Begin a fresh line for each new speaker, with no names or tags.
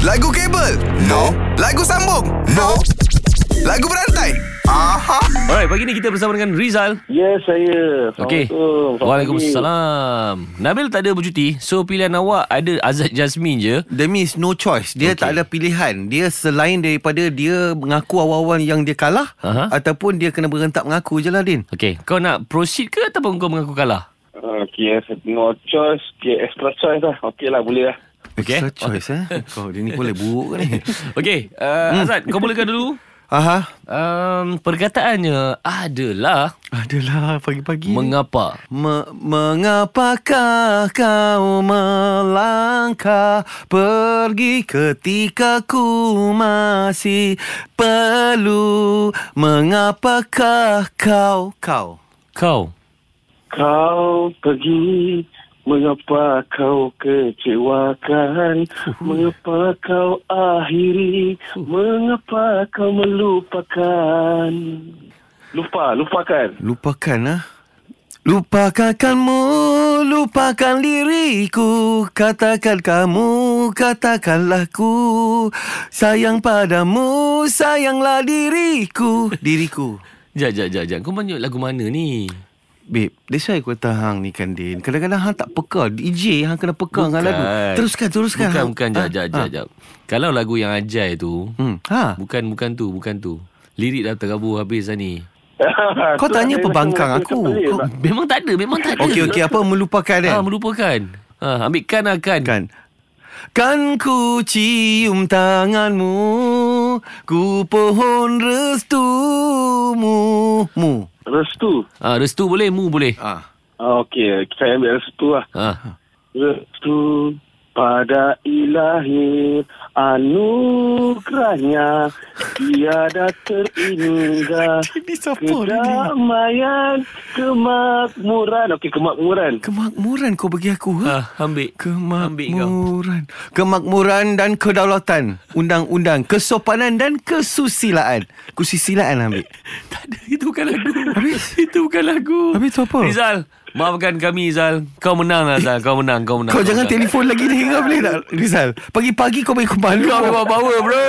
Lagu kabel? No. Lagu sambung? No. Lagu berantai? Aha.
Alright, pagi ni kita bersama dengan Rizal.
Ya, saya.
Okey.
Assalamualaikum. Selamat
Waalaikumsalam. Nabil tak ada bercuti, so pilihan awak ada Azad Jasmine je.
There means no choice. Dia okay. tak ada pilihan. Dia selain daripada dia mengaku awal-awal yang dia kalah
Aha.
uh-huh. ataupun dia kena berentak mengaku je lah Din.
Okey, kau nak proceed ke ataupun kau mengaku kalah?
pagi. Ah, Okey, no choice. Okey, extra choice lah. Okey lah, boleh lah.
Okey.
Extra choice eh. Kau dia ni boleh buruk ke ni.
Okey, uh, Azad, kau mulakan dulu.
Aha.
Um, perkataannya adalah
Adalah
Hmm.
pagi-pagi. ni.
mengapa.
Me- mengapakah kau melangkah pergi ketika ku masih perlu mengapakah kau kau
Kau.
Kau pergi Mengapa kau kecewakan Mengapa kau akhiri Mengapa kau melupakan Lupa, lupakan
lupakan ah lupakan kamu lupakan diriku katakan kamu katakanlah ku sayang padamu sayanglah diriku diriku
Jap, jap, jap, jap. Kau banyak lagu mana ni?
Babe, that's why aku kata Hang ni kan Din Kadang-kadang Hang tak peka DJ Hang kena peka dengan lagu Teruskan, teruskan
Kan. Bukan,
Hang. Ah.
bukan. Jap, jap, jap, jap. Kalau lagu yang ajai tu,
Hmm. Ha.
bukan, bukan tu, bukan tu. Lirik dah terkabur habis lah ni.
Tu
Kau tanya
ada
pembangkang
macam-
aku.
macam pelik
Kau-
tak?
Memang tak ada, memang tak ada.
Okey, okey. Apa melupakan
Ah,
kan?
melupakan. Ah, ambil kan lah kan.
Kan. Kan ku cium tanganmu Ku pohon restumu Mu
Restu
Ah, restu boleh, mu boleh.
Ah.
ah, Okey, saya ambil restu lah
Ah.
Restu pada ilahi anugerahnya tiada terhingga
Ini siapa ni?
kedamaian kemakmuran okey kemakmuran
Kemakmuran kau bagi aku ha?
Ah, ambil. Ambil kau.
Kemakmuran Kemakmuran dan kedaulatan Undang-undang Kesopanan dan kesusilaan Kesusilaan ambil
Tak ada, itu bukan lagu. Habis? itu bukan lagu.
Habis tu apa?
Rizal, maafkan kami Rizal. Kau menang lah Zal, kau menang, kau menang.
Kau jangan
menang.
telefon lagi ni Kau boleh tak Rizal Pagi-pagi kau bagi komando
Kau memang power bro.